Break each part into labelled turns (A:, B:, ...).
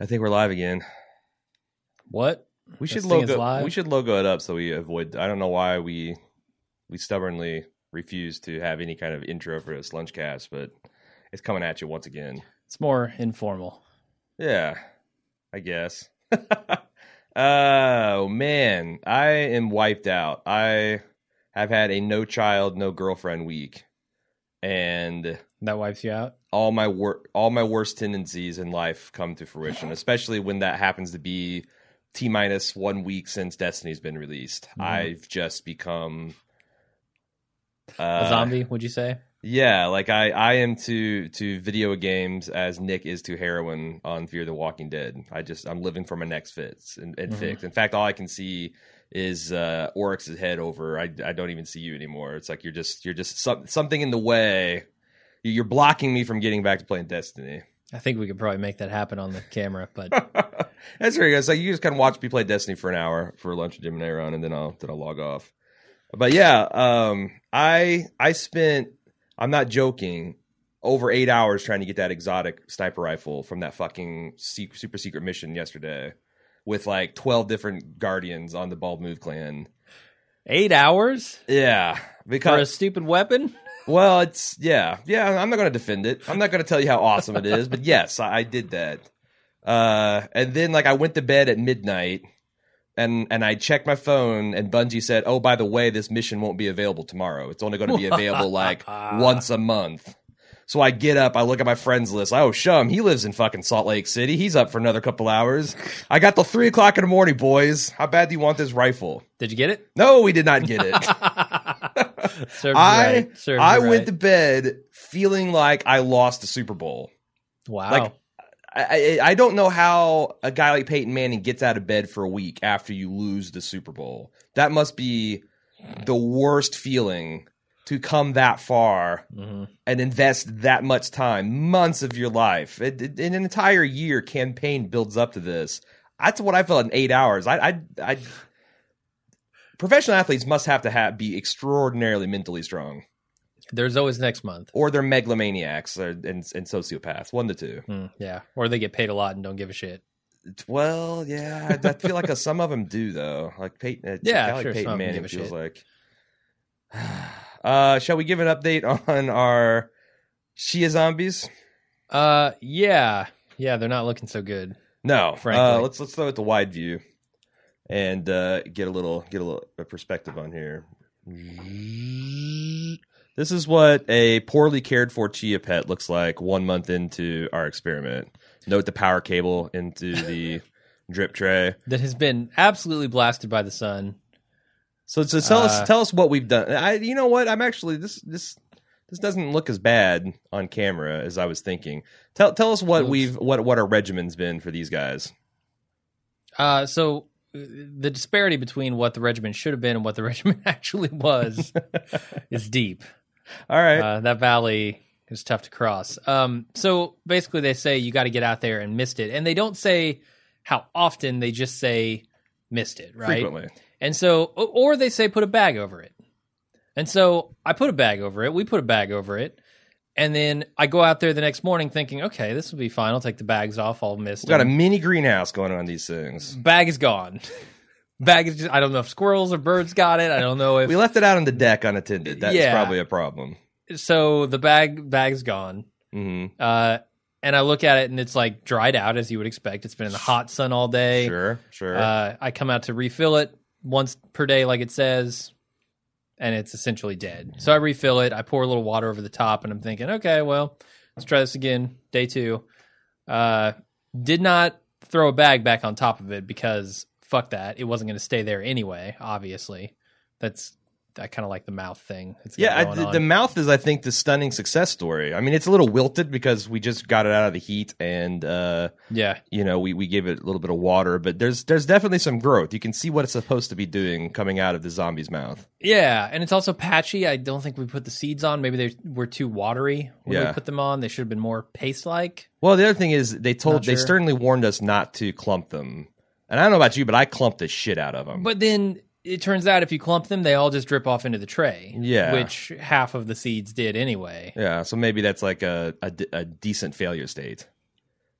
A: I think we're live again.
B: What?
A: We
B: This
A: should
B: thing is
A: logo.
B: live?
A: We should logo it up so we avoid. I don't know why we we stubbornly refuse to have any kind of intro for this lunchcast, but it's coming at you once again.
B: It's more informal.
A: Yeah, I guess. oh man, I am wiped out. I have had a no child, no girlfriend week, and
B: That wipes you out.
A: all my wor- all my worst tendencies in life come to fruition, especially when that happens to be T minus one week since Destiny's been released.
B: Mhm.
A: I've just become
B: A
A: uh,
B: zombie, would you say?
A: Yeah, like I, I am to to video games as Nick is to heroin on Fear the Walking Dead. I just I'm living for my next fits and, and
B: Mhm.
A: fix. In fact, all I can see is uh Oryx's head over. I I don't even see you anymore. It's like you're just you're just some, something in the way. You- You're blocking me from getting back to playing Destiny.
B: I think we could probably make that happen on the camera, but
A: That's very good. It's like you just kind of watch me play Destiny for an hour for lunch with Jim and Aaron, and then I'll then I'll log off. But yeah, um, I I spent I'm not joking over eight hours trying to get that exotic sniper rifle from that fucking secret, super secret mission yesterday with like twelve different guardians on the Bald Move clan.
B: eight hours
A: Yeah,
B: for a
A: because
B: stupid weapon?
A: well, it's yeah, yeah. I'm not going to defend it. I'm not going to tell you how awesome it is, but yes, I, I did that. Uh, and then like I went to bed at midnight, and and I checked my phone, and Bungie said, "Oh, by the way, this mission won't be available tomorrow. It's only going to be available like once a month." So I get up, I look at my friends list. Oh, Shum, he lives in fucking Salt Lake City. He's up for another couple hours. I got till three o'clock in the morning, boys. How bad do you want this rifle?
B: Did you get it?
A: No, we did not get it.
B: Serves you
A: I-
B: right. Serves you
A: I went
B: right.
A: to bed feeling like I lost the Super Bowl.
B: wow.
A: like- I, I I don't know how a guy like Peyton Manning gets out of bed for a week after you lose the Super Bowl. That must be the worst feeling to come that far
B: Mhm.
A: and invest that much time, months of your life. It, it- an entire year campaign builds up to this. That's what I felt in eight hours. I, I, I professional athletes must have to have, be extraordinarily mentally strong
B: There's always next month.
A: or they're megalomaniacs or, and, and sociopaths. One to two.
B: Mm, yeah. Or they get paid a lot and don't give a shit.
A: Well, yeah, I, I feel like uh, some of them do though. Like Peyton, uh,
B: Yeah,
A: yeah, like
B: sure,
A: Peyton
B: some of 'em
A: Manning
B: give a
A: feels
B: shit.
A: like. Uh, shall we give an update on our Shia zombies?
B: Uh, yeah. Yeah, they're not looking so good.
A: No, uh,
B: Frankly.
A: let's let's throw it the wide view and uh, get a little get a little a perspective on here. This is what a poorly cared for chia pet looks like one month into our experiment. Note the power cable into the drip tray.
B: That has been absolutely blasted by the sun.
A: So, so tell
B: Uh,
A: us tell us what we've done. I you know what I'm actually this this this doesn't look as bad on camera as I was thinking. Tell tell us what
B: Oops.
A: we've what what our regimen's been for these guys.
B: Uh, so uh, the disparity between what the regiment should have been and what the regiment actually was is deep.
A: All right.
B: Uh, that valley is tough to cross. Um, so basically, they say you got to get out there and missed it, and they don't say how often. They just say missed it, right?
A: Frequently.
B: And so, o- or they say put a bag over it. And so I put a bag over it. We put a bag over it. And then I go out there the next morning thinking, okay, this will be fine. I'll take the bags off. I'll miss.
A: We've got a mini greenhouse going on these things.
B: bag is gone. Bag is just, I don't know if squirrels or birds got it. I don't know if
A: We left it out on the deck unattended. That's
B: Yeah.
A: probably a problem.
B: so the bag bag's gone.
A: hmm
B: Uh and I look at it and it's like dried out as you would expect. It's been in the hot sun all day.
A: Sure, sure.
B: Uh I come out to refill it once per day like it says and it's essentially dead. So I refill it, I pour a little water over the top and I'm thinking, okay, well, let's try this again, day 2. Uh did not throw a bag back on top of it because fuck that. It wasn't going to stay there anyway, obviously. That's I kind of like the mouth thing. It's got
A: yeah, I,
B: going
A: the,
B: on.
A: the mouth is, I think, the stunning success story. I mean, it's a little wilted because we just got it out of the heat and, uh,
B: yeah.
A: you know, we, we gave it a little bit of water, but there's there's definitely some growth. You can see what it's supposed to be doing coming out of the zombie's mouth.
B: Yeah, and it's also patchy. I don't think we put the seeds on. Maybe they were too watery when
A: Yeah.
B: we put them on. They should have been more paste like.
A: Well, the other thing is they told,
B: Not
A: they
B: sure.
A: sternly warned us not to clump them. And I don't know about you, but I clumped the shit out of them.
B: But then it turns out if you clump them, they all just drip off into the tray.
A: Yeah.
B: Which half of the seeds did anyway.
A: Yeah, so maybe that's like a, a, de- a decent failure state.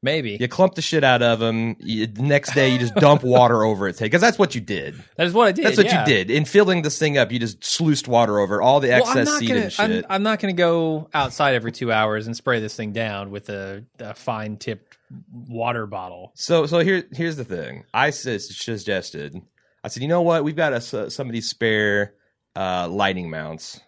B: Maybe
A: You clump the shit out of them. You, the next day, you just dump water over its head because that's what you did.
B: that is what I did.
A: That's what
B: yeah.
A: you did in filling this thing up. You just sluiced water over all the
B: Well, I'm
A: excess
B: not
A: seed
B: gonna.
A: and
B: I'm,
A: shit.
B: I'm not gonna go outside every two hours and spray this thing down with a, a fine tipped water bottle.
A: So so here here's the thing. I sus- suggested. I said, you know what? We've got a, s- some of these spare uh, lighting mounts.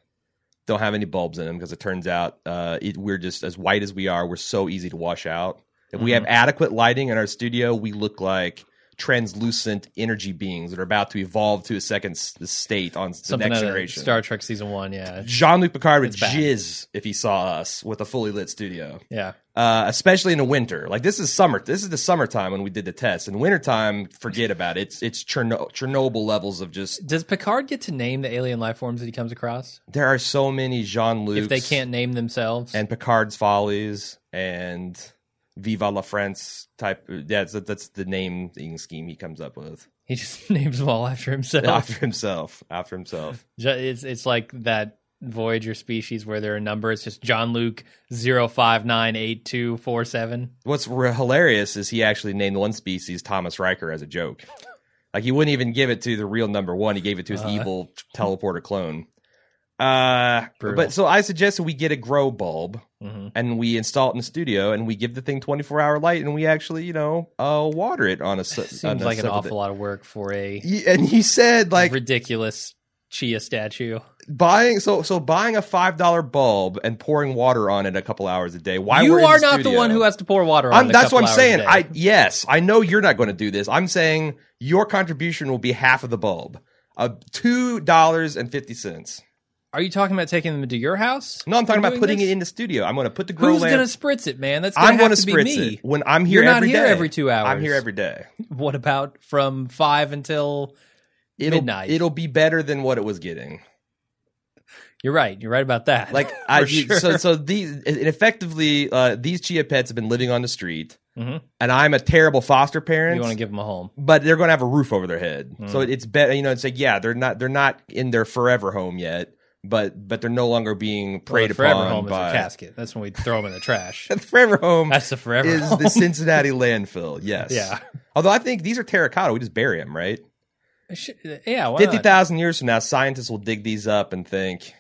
A: Don't have any bulbs in them because it turns out uh, it, we're just as white as we are. We're so easy to wash out. If we have
B: Mm-hmm.
A: adequate lighting in our studio, we look like translucent energy beings that are about to evolve to a second s- state on the
B: Something
A: next
B: out of
A: generation.
B: Star Trek season one. Yeah,
A: Jean Luc Picard would
B: It's bad.
A: jizz if he saw us with a fully lit studio
B: yeah.
A: uh, especially in the winter. Like this is summer. This is the summertime when we did the test. In wintertime, forget about it. It's it's Cherno- Chernobyl levels of just.
B: Does Picard get to name the alien life forms that he comes across
A: There are so many Jean Luc.
B: if they can't name themselves?
A: And Picard's Follies and Viva la France type. That's that's the naming scheme he comes up with
B: he just names them all after himself.
A: after himself. After himself.
B: Ju- It's it's like that Voyager species where there are numbers. Just John Luke zero five nine eight two four seven.
A: What's re- hilarious is he actually named one species Thomas Riker as a joke. Like he wouldn't even give it to the real number one. He gave it to his
B: Uh.
A: evil teleporter clone. Uh,
B: Brutal.
A: but so I suggested we get a grow bulb
B: Mm-hmm.
A: and we install it in the studio and we give the thing 24 hour light and we actually, you know, uh, water it on a se- on
B: Seems
A: a
B: like an
A: separate-
B: awful lot of work for a
A: He- And he said, like,
B: ridiculous chia statue.
A: buying so so buying a five dollar bulb and pouring water on it a couple hours a day. Why
B: you
A: we're in
B: are not the
A: studio-
B: one who has to pour water on.
A: I'm,
B: it a
A: that's
B: couple
A: what I'm
B: hours
A: saying.
B: a day.
A: I yes, I know you're not going to do this. I'm saying your contribution will be half of the bulb, uh, two dollars and fifty cents.
B: are you talking about taking them to your house?
A: No, I'm talking about
B: You're doing
A: putting
B: this?
A: it in the studio. I'm going to put the grow
B: Who's
A: lamp.
B: gonna spritz it, man? That's gonna
A: I'm
B: have
A: going to
B: to be
A: spritz
B: me.
A: it when I'm here
B: You're not
A: every
B: here
A: day.
B: every two hours.
A: I'm here every day.
B: What about from five until?
A: It'll,
B: Midnight.
A: It'll be better than what it was getting.
B: You're right. You're right about that.
A: Like
B: For
A: I
B: sure.
A: so so these and effectively uh, these chia pets have been living on the street,
B: Mhm.
A: and I'm a terrible foster parent.
B: you want to give them a home.
A: but they're going to have a roof over their head. So
B: Mm.
A: it's better, you know. It's like yeah, they're not they're not in their forever home yet, but but they're no longer being
B: Well,
A: preyed
B: the forever
A: upon
B: home
A: by
B: is a casket. That's when we throw them in the trash.
A: the forever home
B: That's the forever
A: is
B: home.
A: the Cincinnati landfill. Yes,
B: yeah.
A: Although I think these are terracotta, we just bury them, right?
B: Sh- Yeah. Why
A: Fifty
B: not?
A: thousand years from now, scientists will dig these up and think,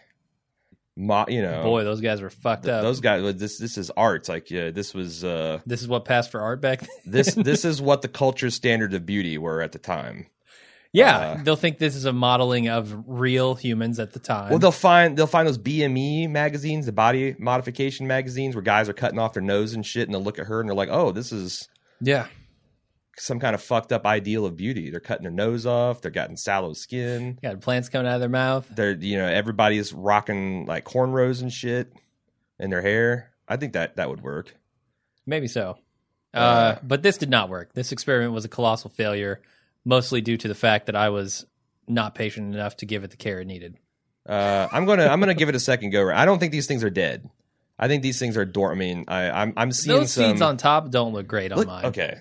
A: "Mo- you know,
B: Boy, those guys were fucked
A: th-
B: up.
A: those guys. well, This this is art. Like yeah, this was uh,
B: this is what passed for art back then.
A: this this is what the culture standard of beauty were at the time.
B: Yeah,
A: Uh,
B: they'll think this is a modeling of real humans at the time.
A: Well, they'll find they'll find those BME magazines, the body modification magazines, where guys are cutting off their nose and shit, and they'll look at her and they're like, "Oh, this is
B: yeah,
A: some kind of fucked up ideal of beauty." They're cutting their nose off. They're getting sallow skin.
B: got plants coming out of their mouth.
A: They're you know everybody's rocking like cornrows and shit in their hair. I think that that would work.
B: Maybe so. Uh,
A: Uh,
B: but this did not work. This experiment was a colossal failure, mostly due to the fact that I was not patient enough to give it the care it needed.
A: Uh, I'm gonna I'm gonna give it a second go. around. I don't think these things are dead. I think these things are dormant. I mean, I, I'm I'm seeing
B: Those
A: some
B: seeds on top don't look great on
A: Look-
B: mine.
A: Okay.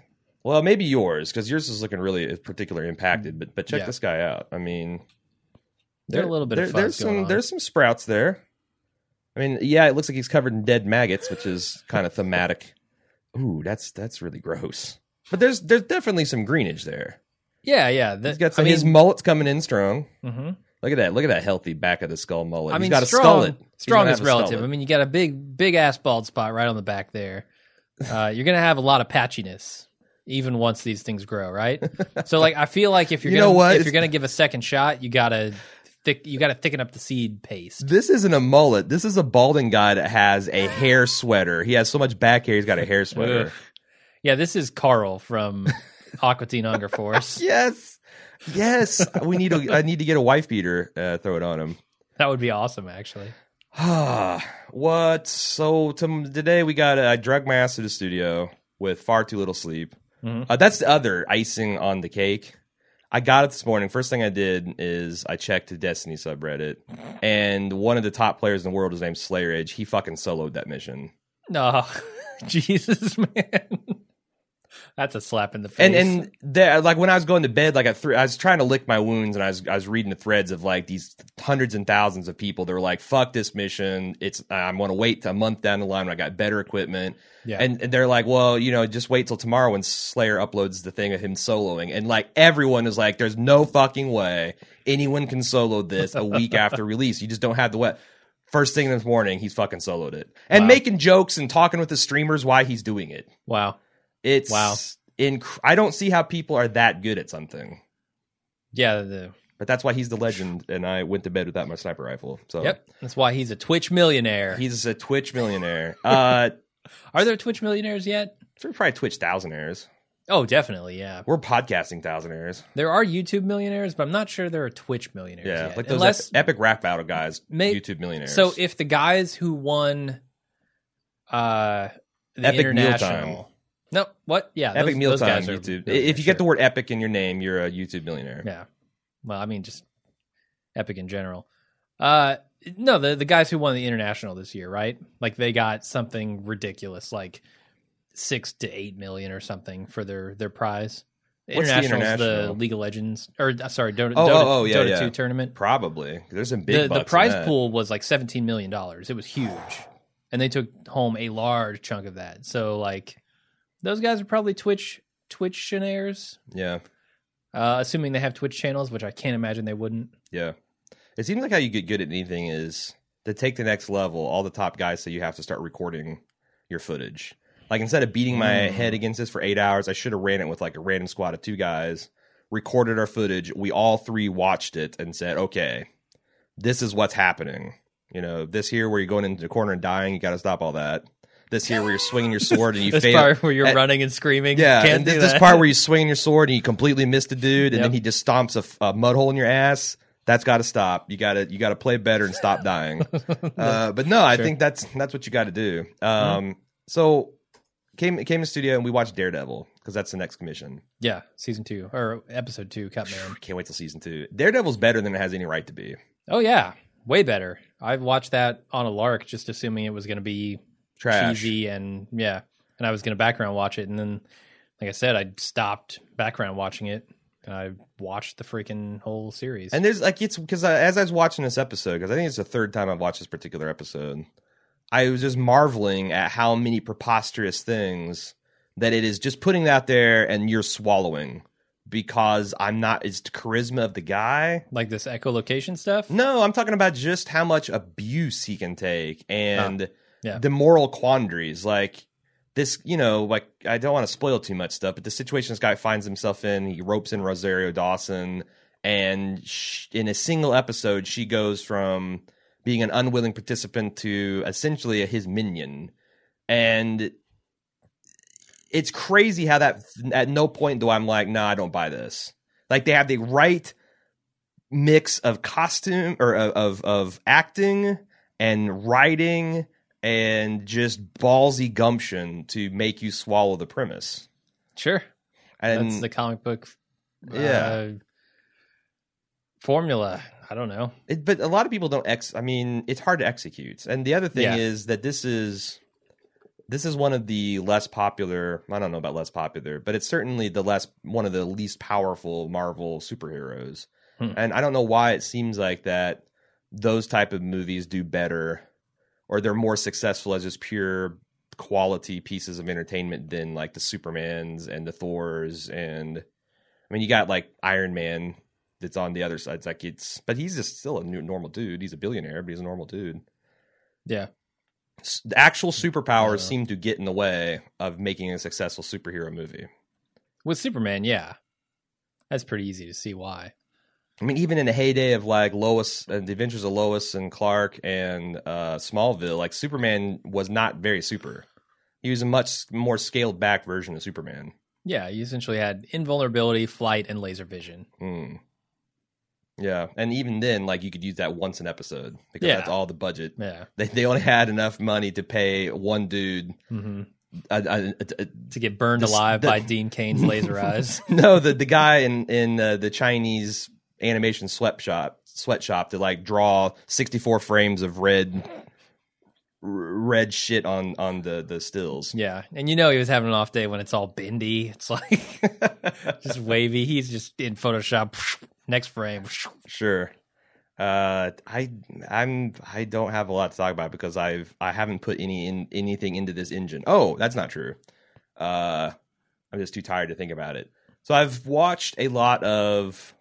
A: Well, maybe yours because yours is looking really uh, particularly impacted. But but check
B: Yeah.
A: this guy out. I mean,
B: They're a little bit of fuzz
A: there's
B: going
A: some
B: on.
A: there's some sprouts there. I mean, yeah, it looks like he's covered in dead maggots, which is kind of thematic. Ooh, that's that's really gross. But there's there's definitely some greenage there.
B: Yeah, yeah. The,
A: He's got
B: I
A: some,
B: mean-
A: his mullet's coming in strong.
B: Mhm.
A: Look at that! Look at that healthy back of the skull mullet.
B: I
A: he's
B: mean,
A: got
B: strong,
A: a skullet. He's
B: strong
A: gonna
B: is
A: have a skullet.
B: relative. I mean, you got a big, big ass bald spot right on the back there. Uh, you're gonna have a lot of patchiness even once these things grow, right? So, like, I feel like if you're
A: You
B: gonna
A: know what?
B: if you're gonna give a second shot, you gotta thick, you gotta thicken up the seed paste.
A: This isn't a mullet. This is a balding guy that has a hair sweater. He has so much back hair. He's got a hair sweater.
B: Ugh. Yeah, this is Carl from Aqua Teen Hunger Force.
A: yes, yes. we need. A, I need to get a wife beater. Uh, throw it on him. Ah,
B: That would be awesome, actually.
A: what? So tom today we got. Uh, I drug my ass to the studio with far too little sleep.
B: Mhm.
A: Uh, that's the other icing on the cake. I got it this morning. First thing I did is I checked the Destiny subreddit, and one of the top players in the world is named Slayer Edge. He fucking soloed that mission.
B: No, Jesus, man. That's a slap in the face.
A: and and there, like when I was going to bed, like at three, I was trying to lick my wounds, and I was I was reading the threads of like these hundreds and thousands of people that were like, "Fuck this mission! It's I'm going to wait a month down the line when I got better equipment."
B: yeah,
A: And, and they're like, "Well, you know, just wait till tomorrow when Slayer uploads the thing of him soloing." And like everyone is like, "There's no fucking way anyone can solo this a week after release. You just don't have the way." First thing this morning, he's fucking soloed it and
B: Wow.
A: making jokes and talking with the streamers why he's doing it.
B: wow.
A: It's
B: Wow.
A: Inc- I don't see how people are that good at something,
B: Yeah, the,
A: but that's why he's the legend. And I went to bed without my sniper rifle. So
B: yep. That's why he's a Twitch millionaire.
A: he's a Twitch millionaire. uh,
B: Are there Twitch millionaires yet?
A: we're probably Twitch thousandaires.
B: Oh, definitely, yeah.
A: We're podcasting thousandaires.
B: There are YouTube millionaires, but I'm not sure there are Twitch millionaires
A: Yeah,
B: yet.
A: like those
B: Unless
A: ep- epic rap battle guys,
B: May-
A: YouTube millionaires.
B: so, if the guys who won, uh, the
A: Epic Mealtime.
B: international. No, what? Yeah,
A: epic
B: those,
A: meal
B: those
A: mealtime
B: guys are
A: YouTube.
B: millionaires,
A: If you get the
B: sure.
A: word epic in your name, you're a YouTube millionaire.
B: yeah. Well, I mean, just epic in general. Uh, no, the the guys who won the international this year, right? Like they got something ridiculous, like six to eight million or something for their their prize. The
A: What's the
B: International's
A: international?
B: the League of Legends, or uh, sorry, Dota,
A: Oh,
B: Dota,
A: oh, oh, yeah,
B: Dota
A: yeah.
B: two tournament.
A: Probably. There's some big
B: The, the
A: bucks in
B: prize
A: that.
B: pool was like seventeen million dollars. It was huge, and they took home a large chunk of that. So like, those guys are probably Twitch Twitchionaires,
A: Yeah,
B: uh, assuming they have Twitch channels, which I can't imagine they wouldn't.
A: yeah. It seems like how you get good at anything is to take the next level. All the top guys say you have to start recording your footage. Like instead of beating my
B: Mm.
A: head against this for eight hours, I should have ran it with like a random squad of two guys, recorded our footage. We all three watched it and said, "Okay, this is what's happening." You know, this here where you're going into the corner and dying, you got to stop all that. This here where you're swinging your sword and you
B: this
A: fail.
B: part where you're
A: and-
B: running and screaming.
A: Yeah,
B: can't
A: and
B: do
A: this, this
B: that.
A: part where you swing your sword and you completely miss the dude, and then
B: Yep.
A: he just stomps a, f- a mud hole in your ass. That's got to stop. You got to you got to play better and stop dying. uh, but no, I
B: Sure. Mm-hmm.
A: think that's that's what you got to do. Um, So came came to studio and we watched Daredevil because that's the next commission.
B: yeah, season two or episode two, Cutman.
A: Can't wait till season two. Daredevil's better than it has any right to be.
B: Oh yeah, way better. I watched that on a lark, just assuming it was going to be
A: Trash.
B: cheesy and yeah, and I was going to background watch it, and then like I said, I stopped background watching it, and I watched the freaking whole series.
A: And there's like it's because as I was watching this episode, because I think it's the third time I've watched this particular episode, I was just marveling at how many preposterous things that it is just putting out there and you're swallowing because I'm not. It's the charisma of the guy.
B: like this echolocation stuff.
A: No, I'm talking about just how much abuse he can take and
B: Ah, yeah.
A: the moral quandaries. Like this, you know, like I don't want to spoil too much stuff, but the situation this guy finds himself in, he ropes in Rosario Dawson, and sh in a single episode, she goes from being an unwilling participant to essentially his minion, and it's crazy how that at no point do I'm like, nah, I don't buy this. Like they have the right mix of costume or of of, of acting and writing and just ballsy gumption to make you swallow the premise.
B: Sure,
A: And
B: that's the comic book. uh,
A: Yeah.
B: formula. I don't know.
A: It, but a lot of people don't ex. I mean, it's hard to execute. And the other thing
B: Yeah.
A: is that this is this is one of the less popular. I don't know about less popular, but it's certainly the less one of the least powerful Marvel superheroes.
B: Hmm.
A: And I don't know why it seems like that those type of movies do better or they're more successful as just pure quality pieces of entertainment than like the Supermans and the Thors and I mean you got like Iron Man that's on the other side. It's like it's, but he's just still a new, normal dude. He's a billionaire, but he's a normal dude.
B: Yeah.
A: S- The actual superpowers
B: Yeah.
A: seem to get in the way of making a successful superhero movie.
B: With Superman, yeah. That's pretty easy to see why.
A: I mean, even in the heyday of like Lois, uh, the Adventures of Lois and Clark and uh, Smallville, like Superman was not very super. He was a much more scaled back version of Superman.
B: Yeah, you essentially had invulnerability, flight, and laser vision.
A: Hmm. Yeah, and even then, like you could use that once an episode because
B: Yeah.
A: that's all the budget.
B: Yeah.
A: They they only had enough money to pay one dude
B: hmm
A: I, I, I-
B: To get burned
A: Mm-hmm. This-
B: alive
A: the-
B: by Dean Kane's laser eyes.
A: no, the the guy in in uh, the Chinese animation sweatshop sweatshop to like draw 64 frames of red r- red shit on on the the stills.
B: Yeah, and you know he was having an off day when it's all bendy. It's like just wavy. He's just in Photoshop. Next frame.
A: Sure. Uh, I I'm I don't have a lot to talk about because I've I haven't put any in anything into this engine. Oh, that's not true. Uh, I'm just too tired to think about it. So I've watched a lot of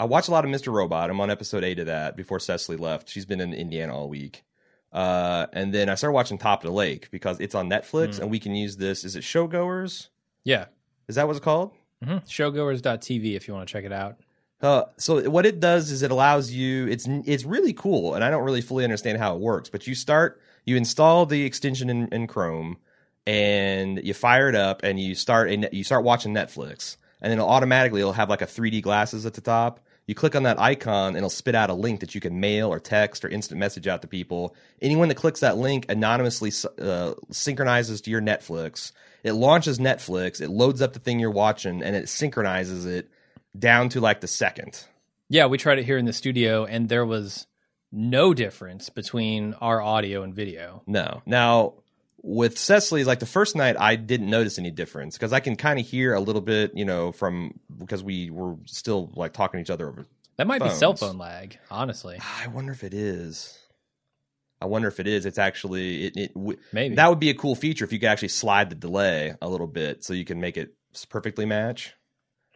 A: I watched a lot of Mr. Robot. I'm on episode eight of that before Cecily left. She's been in Indiana all week. Uh, and then I started watching Top of the Lake because it's on Netflix
B: Mm.
A: and we can use this. Is it Showgoers?
B: Yeah.
A: Is that what it's called?
B: Mm-hmm. Showgoers.tv if you want to check it out.
A: Uh, so what it does is it allows you. It's it's really cool, and I don't really fully understand how it works. But you start, you install the extension in, in Chrome, and you fire it up, and you start a, net- you start watching Netflix, and then it'll automatically it'll have like a 3D glasses at the top. You click on that icon, and it'll spit out a link that you can mail or text or instant message out to people. Anyone that clicks that link anonymously uh, synchronizes to your Netflix. It launches Netflix. It loads up the thing you're watching, and it synchronizes it down to like the second.
B: Yeah, we tried it here in the studio, and there was no difference between our audio and video.
A: No. Now with Cecily's, like the first night, I didn't notice any difference because I can kind of hear a little bit, you know, from because we were still like talking to each other over.
B: That might be cell
A: Phones.
B: phone lag, honestly.
A: I wonder if it is. I wonder if it is. It's actually it. it w-
B: Maybe.
A: that would be a cool feature if you could actually slide the delay a little bit so you can make it s- perfectly match.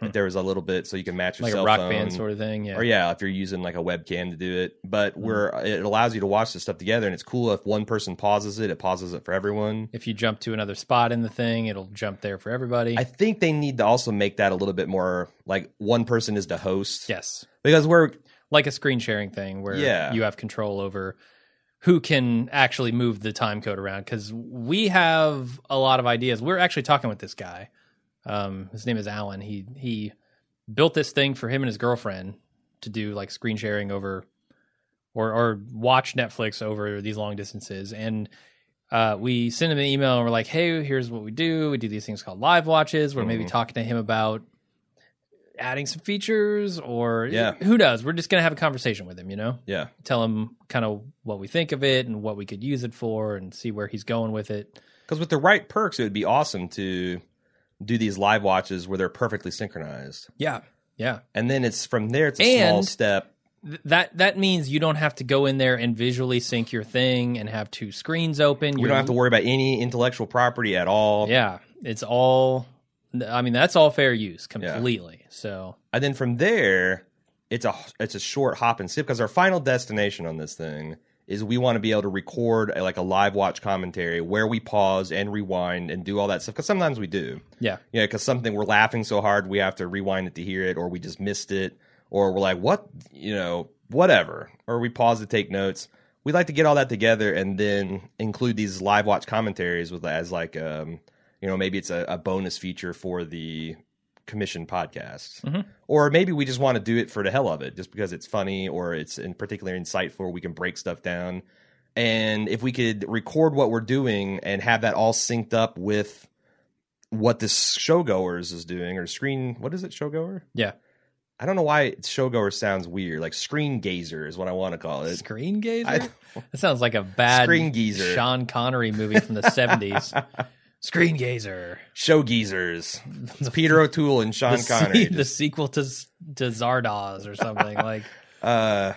B: Hmm.
A: If there was a little bit so you can match your
B: like a
A: cell
B: rock
A: phone.
B: band sort of thing. Yeah. Mm-hmm.
A: or yeah, if you're using like a webcam to do it. But we're it allows you to watch this stuff together, and it's cool if one person pauses it, it pauses it for everyone.
B: If you jump to another spot in the thing, it'll jump there for everybody.
A: I think they need to also make that a little bit more like one person is the host.
B: yes.
A: Because we're
B: Like a screen sharing thing where
A: Yeah.
B: you have control over who can actually move the time code around because we have a lot of ideas. We're actually talking with this guy. Um, his name is Alan. He he built this thing for him and his girlfriend to do like screen sharing over or or watch Netflix over these long distances. And uh, we send him an email and we're like, hey, here's what we do. We do these things called live watches. We're maybe
A: Mhm.
B: talking to him about adding some features or
A: Yeah.
B: who knows. We're just gonna have a conversation with him, you know
A: yeah.
B: tell him kind of what we think of it and what we could use it for and see where he's going with it.
A: Because with the right perks, it would be awesome to do these live watches where they're perfectly synchronized.
B: Yeah. Yeah.
A: And then it's from there it's a small
B: And-
A: step.
B: Th- that that means you don't have to go in there and visually sync your thing and have two screens open.
A: You don't have to worry about any intellectual property at all.
B: Yeah. It's all I mean that's all fair use completely. So
A: And then from there, it's a it's a short hop and skip because our final destination on this thing is we want to be able to record a, like a live watch commentary where we pause and rewind and do all that stuff because sometimes we do.
B: Yeah.
A: Yeah, because something we're laughing so hard we have to rewind it to hear it, or we just missed it, or we're like, what, you know, whatever, or we pause to take notes. We like to get all that together and then include these live watch commentaries with as like, um, you know, maybe it's a, a bonus feature for the commission podcast,
B: Mhm.
A: or maybe we just want to do it for the hell of it, just because it's funny or it's in particular insightful. We can break stuff down, and if we could record what we're doing and have that all synced up with what this showgoers is doing or screen what is it showgoer
B: Yeah.
A: i don't know why it's- showgoer sounds weird like screen gazer is what i want to call it
B: screen gazer?
A: I-
B: that sounds like a bad
A: Screen geezer.
B: Sean Connery movie from the seventies. Screen gazer.
A: show geezers it's peter o'toole and sean
B: the, se-
A: connery
B: the sequel to Z- to Zardoz or something like
A: uh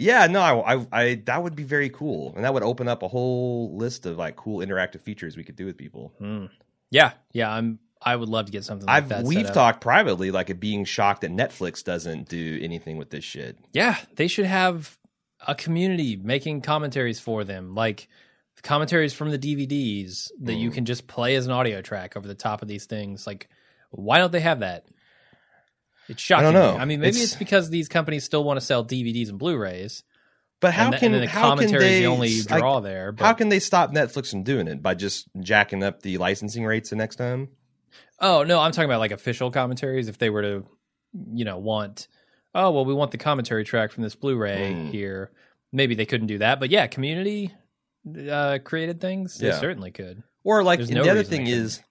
A: yeah no I, I i that would be very cool and that would open up a whole list of like cool interactive features we could do with people
B: Hmm. Yeah, yeah. I'm. I would love to get something. Like
A: i've
B: that
A: we've
B: set up.
A: talked privately like it being shocked that netflix doesn't do anything with this shit
B: Yeah, they should have a community making commentaries for them, like commentaries from the DVDs that you
A: Hmm.
B: can just play as an audio track over the top of these things. Like, why don't they have that? It's shocking.
A: don't
B: me.
A: know.
B: I mean, maybe it's,
A: It's-
B: because these companies still want to sell DVDs and Blu-rays,
A: but how
B: and, th-
A: can
B: and then the
A: how can
B: commentary is
A: they
B: the only
A: like,
B: draw there. But,
A: How can they stop Netflix from doing it by just jacking up the licensing rates the next time?
B: Oh no, I'm talking about like official commentaries. If they were to, you know, want, oh well, we want the commentary track from this Blu-ray
A: Mm.
B: here. Maybe they couldn't do that, but yeah, community uh, created things they
A: Yeah.
B: certainly could.
A: Or like
B: There's
A: and
B: no
A: the other
B: reason they
A: thing
B: couldn't.
A: is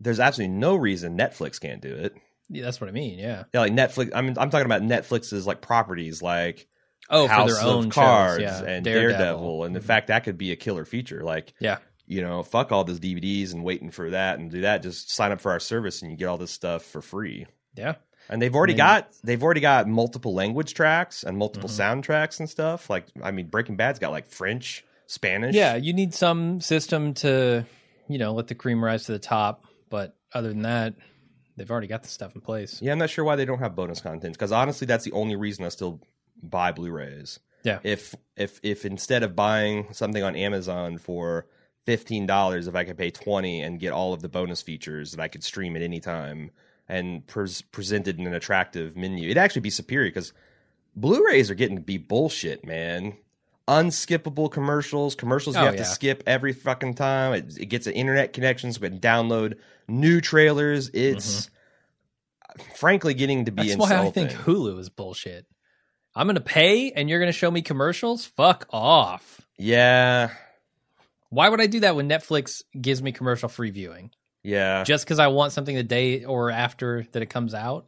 A: there's absolutely no reason Netflix can't do it.
B: Yeah, that's what I mean. Yeah.
A: Yeah, like Netflix I mean I'm talking about Netflix's like properties like
B: Oh,
A: House
B: for their own
A: of Cards
B: shows, yeah.
A: and Daredevil. and in fact, that could be a killer feature. Like,
B: Yeah.
A: you know, fuck all these DVDs and waiting for that and do that. Just sign up for our service and you get all this stuff for free.
B: Yeah.
A: And they've already
B: mean-
A: got they've already got multiple language tracks and multiple
B: Mm-hmm.
A: soundtracks and stuff. Like, I mean, Breaking Bad's got like French, Spanish.
B: Yeah, you need some system to, you know, let the cream rise to the top. But other than that, they've already got the stuff in place.
A: Yeah, I'm not sure why they don't have bonus content because honestly, that's the only reason I still buy Blu-rays.
B: Yeah.
A: If if if instead of buying something on Amazon for fifteen dollars, if I could pay twenty and get all of the bonus features that I could stream at any time and pres presented in an attractive menu, it'd actually be superior because Blu-rays are getting to be bullshit, man. Unskippable commercials, commercials you
B: Oh,
A: have
B: yeah.
A: to skip every fucking time. It, it gets an internet connection so we can download new trailers.
B: Mm-hmm.
A: It's frankly getting to be
B: That's why
A: insulting.
B: I think Hulu is bullshit. I'm going to pay and you're going to show me commercials? Fuck off.
A: yeah,
B: Why would I do that when Netflix gives me commercial free viewing?
A: yeah.
B: Just because I want something the day or after that it comes out?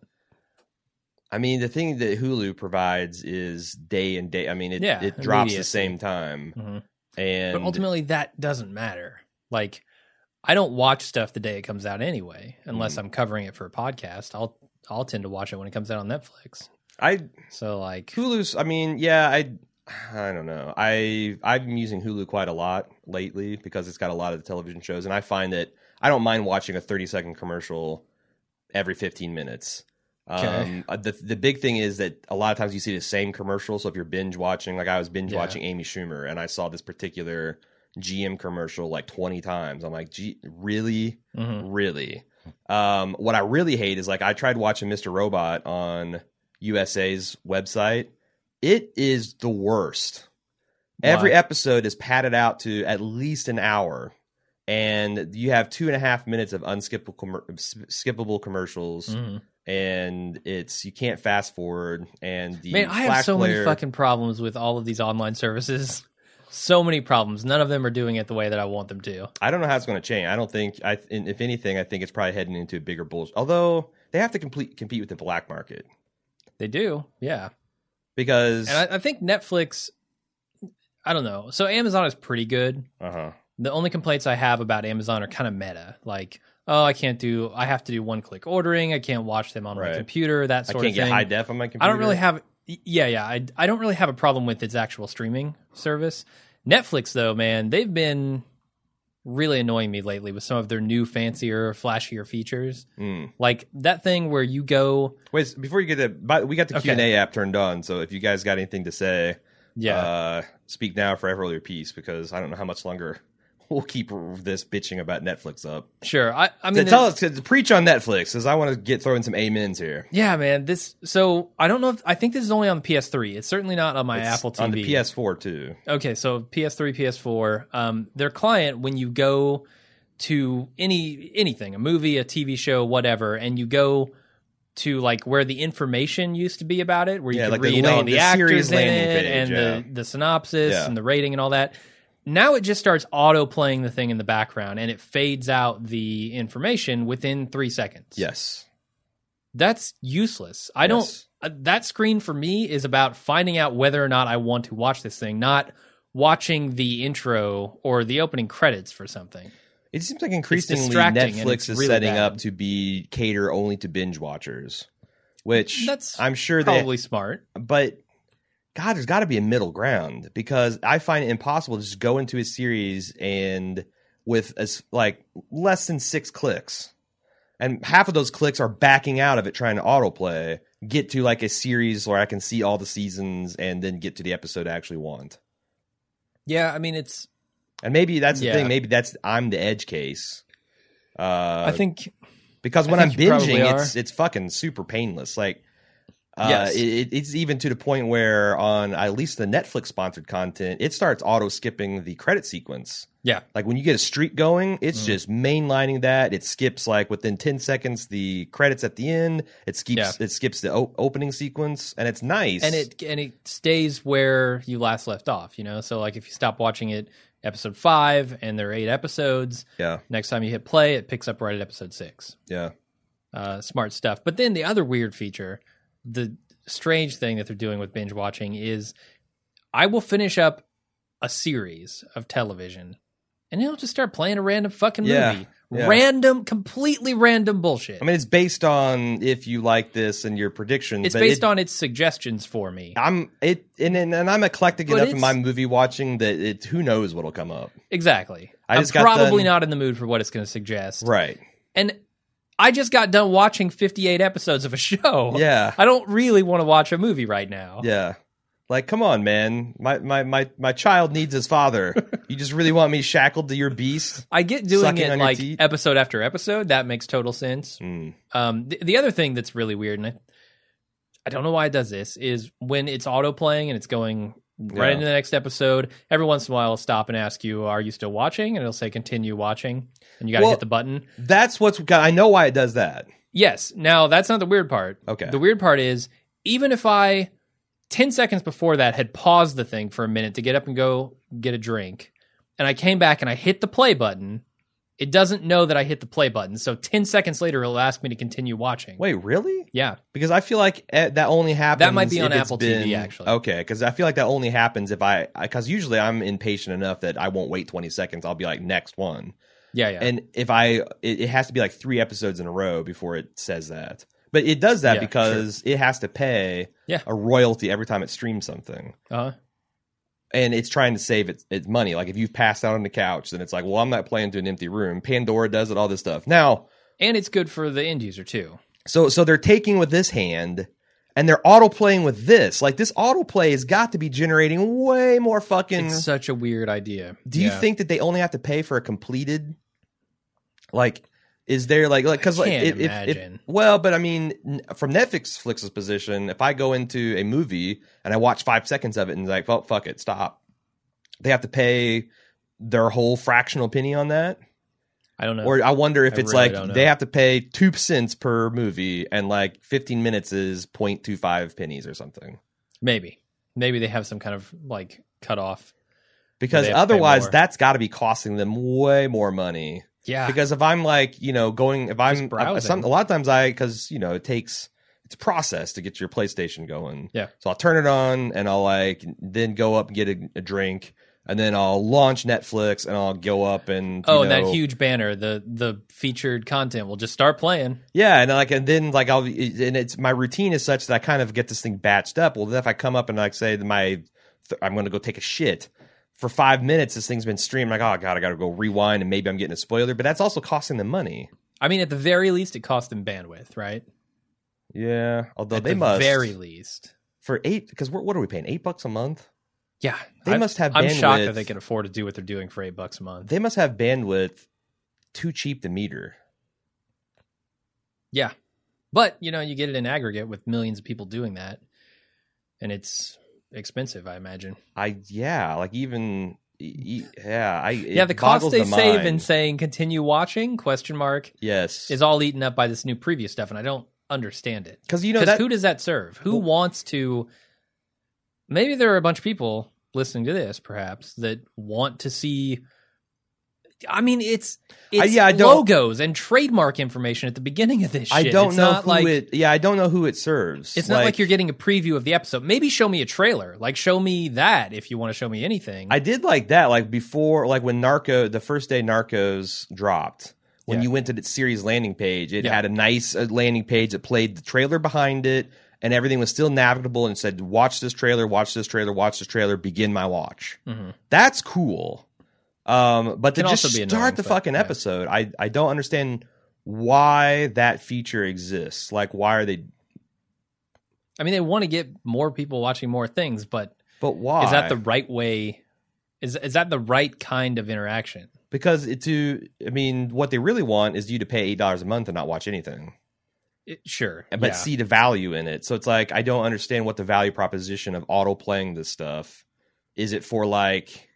A: I mean, the thing that Hulu provides is day and day. I mean, it
B: Yeah,
A: it drops
B: immediacy.
A: the same time,
B: Mhm.
A: and
B: But ultimately, that doesn't matter. Like, I don't watch stuff the day it comes out anyway,
A: Mm.
B: unless I'm covering it for a podcast. I'll I'll tend to watch it when it comes out on Netflix.
A: I
B: So like,
A: Hulu's. I mean, yeah, I I don't know. I I've been using Hulu quite a lot lately because it's got a lot of the television shows, and I find that I don't mind watching a thirty second commercial every fifteen minutes.
B: Okay.
A: Um, uh, the the big thing is that a lot of times you see the same commercial. So if you're binge watching, like I was binge
B: Yeah.
A: watching Amy Schumer, and I saw this particular GM commercial like twenty times. I'm like, gee, really?
B: mhm.
A: really. Um, what I really hate is like I tried watching Mr. Robot on USA's website. It is the worst. Every
B: Why?
A: episode is padded out to at least an hour, and you have two and a half minutes of unskippable commer- s- skippable commercials,
B: Mhm.
A: and it's you can't fast forward. And the
B: man, I have
A: Flash
B: so many
A: player-
B: fucking problems with all of these online services. So many problems. None of them are doing it the way that I want them to.
A: I don't know how it's going to change. I don't think. I and if anything, I think it's probably heading into a bigger bullshit. Although they have to complete compete with the black market
B: They do, yeah.
A: because
B: And I, I think Netflix. I don't know. So Amazon is pretty good.
A: uh-huh.
B: the only complaints I have about Amazon are kind of meta. Like, oh, I can't do, I have to do one click ordering. I can't watch them on my
A: Right.
B: computer, that
A: I
B: sort
A: can't
B: of thing.
A: get high def on my computer.
B: I don't really have, yeah, yeah. I, I don't really have a problem with its actual streaming service. Netflix, though, man, they've been really annoying me lately with some of their new, fancier, flashier features.
A: Mm.
B: Like that thing where you go,
A: Wait, s- before you get that, by, we got the
B: Okay.
A: Q and A app turned on. So if you guys got anything to say,
B: yeah.
A: uh, speak now, or forever hold your peace, because I don't know how much longer we'll keep this bitching about Netflix up.
B: sure. I, I
A: to
B: mean, there's-
A: tell us to preach on Netflix, because I want to get throwing some amens here.
B: yeah, man. This, so I don't know if, I think this is only on PS3. It's certainly not on my
A: It's
B: Apple TV.
A: on the PS4 too.
B: okay so ps3 ps4 um, their client when you go to any anything a movie a tv show whatever and you go to like where the information used to be about it where you
A: Yeah,
B: can
A: like the
B: read all
A: land-
B: the,
A: the
B: actors
A: series
B: in
A: landing
B: it
A: page,
B: and
A: yeah.
B: the, the synopsis
A: Yeah.
B: and the rating and all that now it just starts auto playing the thing in the background and it fades out the information within three seconds
A: Yes,
B: that's useless i don't
A: Yes.
B: uh, that screen for me is about finding out whether or not I want to watch this thing, not watching the intro or the opening credits for something.
A: It seems like increasingly
B: distracting and
A: Netflix
B: it's
A: is
B: really
A: setting
B: bad.
A: up to be cater only to binge watchers, which
B: That's
A: I'm sure they
B: Probably smart.
A: but God, there's got to be a middle ground because I find it impossible to just go into a series and with as like less than six clicks, and half of those clicks are backing out of it trying to autoplay. Get to like a series where I can see all the seasons and then get to the episode I actually want.
B: Yeah, I mean it's
A: And maybe that's the
B: Yeah.
A: thing. Maybe that's I'm the edge case. Uh,
B: I think
A: because
B: I
A: when I'm
B: think you probably
A: binging, it's it's fucking super painless. Like, uh,
B: Yes.
A: it, it's even to the point where on at least the Netflix sponsored content, it starts auto skipping the credit sequence.
B: Yeah.
A: like when you get a streak going, it's
B: Mhm.
A: just mainlining that. It skips like within ten seconds the credits at the end. It skips
B: Yeah.
A: it skips the o- opening sequence, and it's nice.
B: and it and it stays where you last left off, you know? So like if you stop watching it episode 5 and there are 8 episodes,
A: yeah
B: next time you hit play it picks up right at episode 6.
A: yeah
B: uh, smart stuff. But then the other weird feature, the strange thing that they're doing with binge watching is I will finish up a series of television and then I'll just start playing a random fucking
A: Yeah,
B: movie.
A: yeah.
B: Random, completely random bullshit.
A: I mean, it's based on if you like this and your predictions.
B: it's
A: but
B: based
A: it-
B: on its suggestions for me.
A: I'm it and and, and I'm eclectic
B: But
A: enough in
B: it's-
A: my movie watching that it who knows what'll come up.
B: Exactly.
A: I
B: I am
A: just got
B: probably
A: done-
B: not in the mood for what it's going to suggest.
A: Right.
B: And I just got done watching 58 episodes of a show.
A: Yeah.
B: I don't really want to watch a movie right now.
A: Yeah. Like, come on, man. My my my my child needs his father. you just really want me shackled to your beast?
B: I get doing
A: Sucking
B: it
A: on your
B: like
A: teeth.
B: episode after episode. That makes total sense.
A: Hmm.
B: Um, the, the other thing that's really weird, and I, I don't know why it does this, is when it's auto playing and it's going right
A: Yeah.
B: into the next episode. Every once in a while, it'll stop and ask you, "Are you still watching?" And it'll say, "Continue watching," and you got to
A: Well-
B: hit the button.
A: That's what's I know why it does that.
B: Yes. Now that's not the weird part.
A: Okay.
B: The weird part is even if I ten seconds before that had paused the thing for a minute to get up and go get a drink, and I came back and I hit the play button. It doesn't know that I hit the play button. So 10 seconds later, it'll ask me to continue watching.
A: Wait, really?
B: Yeah.
A: Because I feel like eh, that only happens.
B: might be
A: if
B: on
A: it's
B: Apple TV, actually.
A: Okay, because I feel like that only happens if I because usually I'm impatient enough that I won't wait twenty seconds. I'll be like next one,
B: Yeah. Yeah.
A: and if I it, it has to be like three episodes in a row before it says that. But it does that
B: Yeah,
A: because it has to pay
B: Yeah.
A: a royalty every time it streams something.
B: uh-huh.
A: And it's trying to save its, its money. Like if you've passed out on the couch, then it's like, well, I'm not playing to an empty room. Pandora does it, all this stuff. Now,
B: And it's good for the end user too.
A: So so they're taking with this hand and they're autoplaying with this. Like this autoplay has got to be generating way more fucking
B: It's such a weird idea.
A: Do you
B: Yeah.
A: think that they only have to pay for a completed like is there like like cuz
B: I
A: like
B: can't
A: if- if- if-
B: imagine.
A: well, but I mean n- from Netflix Flix's position, if I go into a movie and I watch 5 seconds of it and like, "Well, fuck it, stop." They have to pay their whole fractional penny on that?
B: I don't know.
A: Or I wonder if
B: I
A: it's
B: really don't know.
A: like they have to pay two cents per movie and like 15 minutes is 0.25 pennies or something.
B: Maybe. Maybe they have some kind of like cutoff.
A: Because
B: They have to pay
A: otherwise,
B: more.
A: that's got to be costing them way more money.
B: Yeah.
A: Because if I'm like, you know, going, if I'm,
B: Just browsing.
A: I- some, a lot of times I, because, you know, it takes, it's a process to get your PlayStation going.
B: Yeah.
A: So I'll turn it on and I'll like, then go up and get a, a drink and then I'll launch Netflix and I'll go up and, you
B: oh, and that
A: know,
B: huge banner, the the featured content will just start playing.
A: Yeah, and like, and then like I'll, and it's my routine is such that I kind of get this thing batched up. Well, then if I come up and like say that my, th- I'm going to go take a shit for five minutes. This thing's been streamed. Like, oh god, I got to go rewind, and maybe I'm getting a spoiler, but that's also costing them money.
B: I mean, at the very least, it cost them bandwidth, right?
A: Yeah, although
B: at
A: they
B: the
A: must
B: very least.
A: for eight because what are we paying eight bucks a month?
B: Yeah,
A: They
B: I-
A: must have.
B: I'm
A: bandwidth.
B: shocked that they can afford to do what they're doing for eight bucks a month.
A: They must have bandwidth too cheap to meter.
B: yeah, but you know, you get it in aggregate with millions of people doing that, and it's expensive, I imagine.
A: I yeah, like even e- e- yeah, I
B: yeah,
A: it
B: the cost
A: boggles
B: they
A: the
B: save in
A: mind.
B: saying "continue watching?" question mark
A: yes
B: is all eaten up by this new preview stuff, and I don't understand it.
A: because you know
B: Because
A: that
B: who does that serve? Who
A: Well-
B: wants to? Maybe there are a bunch of people listening to this, perhaps, that want to see. I mean, it's it's
A: yeah, I don't-
B: logos and trademark information at the beginning of this. Shit.
A: I don't
B: It's
A: know
B: Not
A: who
B: like
A: it. Yeah, I don't know who it serves.
B: it's not like, you're getting a preview of the episode. Maybe show me a trailer. Like show me that if you want to show me anything.
A: I did like that. Like before, like when Narco, the first day Narcos dropped, when
B: Yeah.
A: you went to the series landing page, it
B: Yeah.
A: had a nice uh, landing page that played the trailer behind it, and everything was still navigable and said, "Watch this trailer, watch this trailer, watch this trailer, begin my watch."
B: Mhm.
A: That's cool. Um, but to
B: Can
A: just
B: also be
A: start
B: annoying,
A: the
B: but,
A: fucking
B: yeah.
A: episode, I I don't understand why that feature exists. Like, why are they?
B: I mean, they want to get more people watching more things, but
A: But why
B: is that the right way? Is is that the right kind of interaction?
A: because it to i mean what they really want is you to pay eight dollars a month and not watch anything
B: It, sure,
A: but
B: yeah.
A: see the value in it so it's like i don't understand what the value proposition of auto playing this stuff is it for like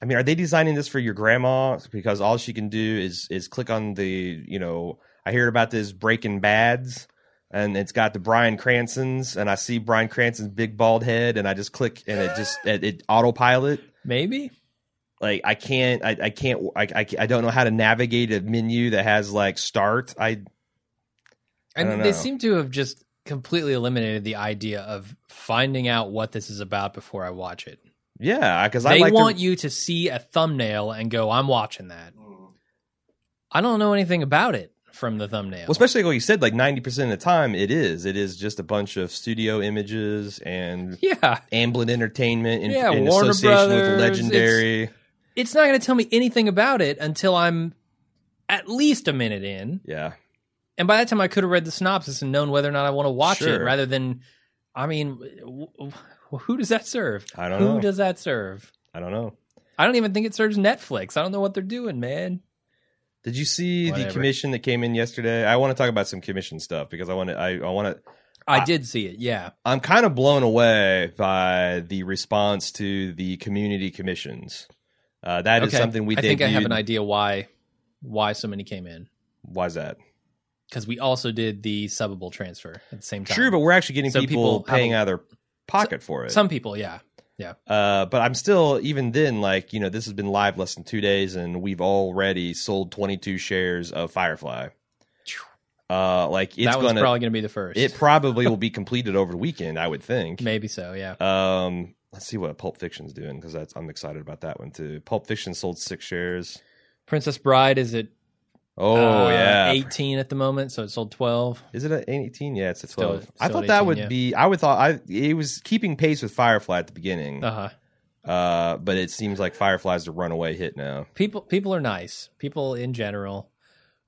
A: i mean are they designing this for your grandma because all she can do is is click on the you know i hear about this breaking bads and it's got the Brian Cranston's, and I see Brian Cranston's big bald head, and I just click, and it just it, it autopilot
B: maybe.
A: like I can't I, I can't I, I I don't know how to navigate a menu that has like start I I
B: And
A: don't
B: they
A: know.
B: seem to have just completely eliminated the idea of finding out what this is about before I watch it.
A: Yeah, because I
B: They
A: like to-
B: want you to see a thumbnail and go, "I'm watching that."
A: Mm.
B: I don't know anything about it from the thumbnail.
A: Well, especially like you said, like ninety percent of the time, it is. It is just a bunch of studio images and
B: yeah,
A: Amblin Entertainment in,
B: Yeah,
A: in
B: Warner
A: association with
B: Brothers,
A: Legendary.
B: it's not going to tell me anything about it until I'm at least a minute in.
A: Yeah,
B: And by that time, I could have read the synopsis and known whether or not I want to watch it
A: Sure.
B: rather than, I mean, w- w- who does that serve?
A: I don't
B: Who
A: know.
B: does that serve?
A: I don't know.
B: I don't even think it serves Netflix. I don't know what they're doing, man.
A: Did you see
B: Whatever.
A: the commission that came in yesterday? I want to talk about some commission stuff because I want to. I, I want to.
B: I,
A: I-
B: did see it. Yeah.
A: I'm kind of blown away by the response to the community commissions. Uh, that is
B: Okay.
A: something we
B: I think I have
A: debuted-
B: an idea why why so many came in
A: Why's that?
B: because we also did the subbable transfer at the same time.
A: True, but we're actually getting
B: So
A: people,
B: people have
A: paying
B: a-
A: out of their pocket for it.
B: some people, yeah,
A: Uh, but I'm still even then like you know this has been live less than two days and we've already sold 22 shares of Firefly. Uh, like it's
B: that one's
A: gonna
B: probably going to be the first.
A: it probably will be completed over the weekend, I would think.
B: Maybe so. Yeah.
A: Um, let's see what Pulp Fiction's doing because that's I'm excited about that one too. Pulp Fiction sold six shares.
B: Princess Bride is at
A: Oh
B: uh,
A: yeah,
B: 18 at the moment, so it sold 12.
A: is it at 18? Yeah, it's at
B: Still-
A: 12. I
B: still
A: thought
B: at
A: that
B: 18,
A: would
B: yeah.
A: be I would thought I it was keeping pace with Firefly at the beginning.
B: Uh huh.
A: Uh, but it seems like Firefly's a runaway hit now.
B: people people are nice people in general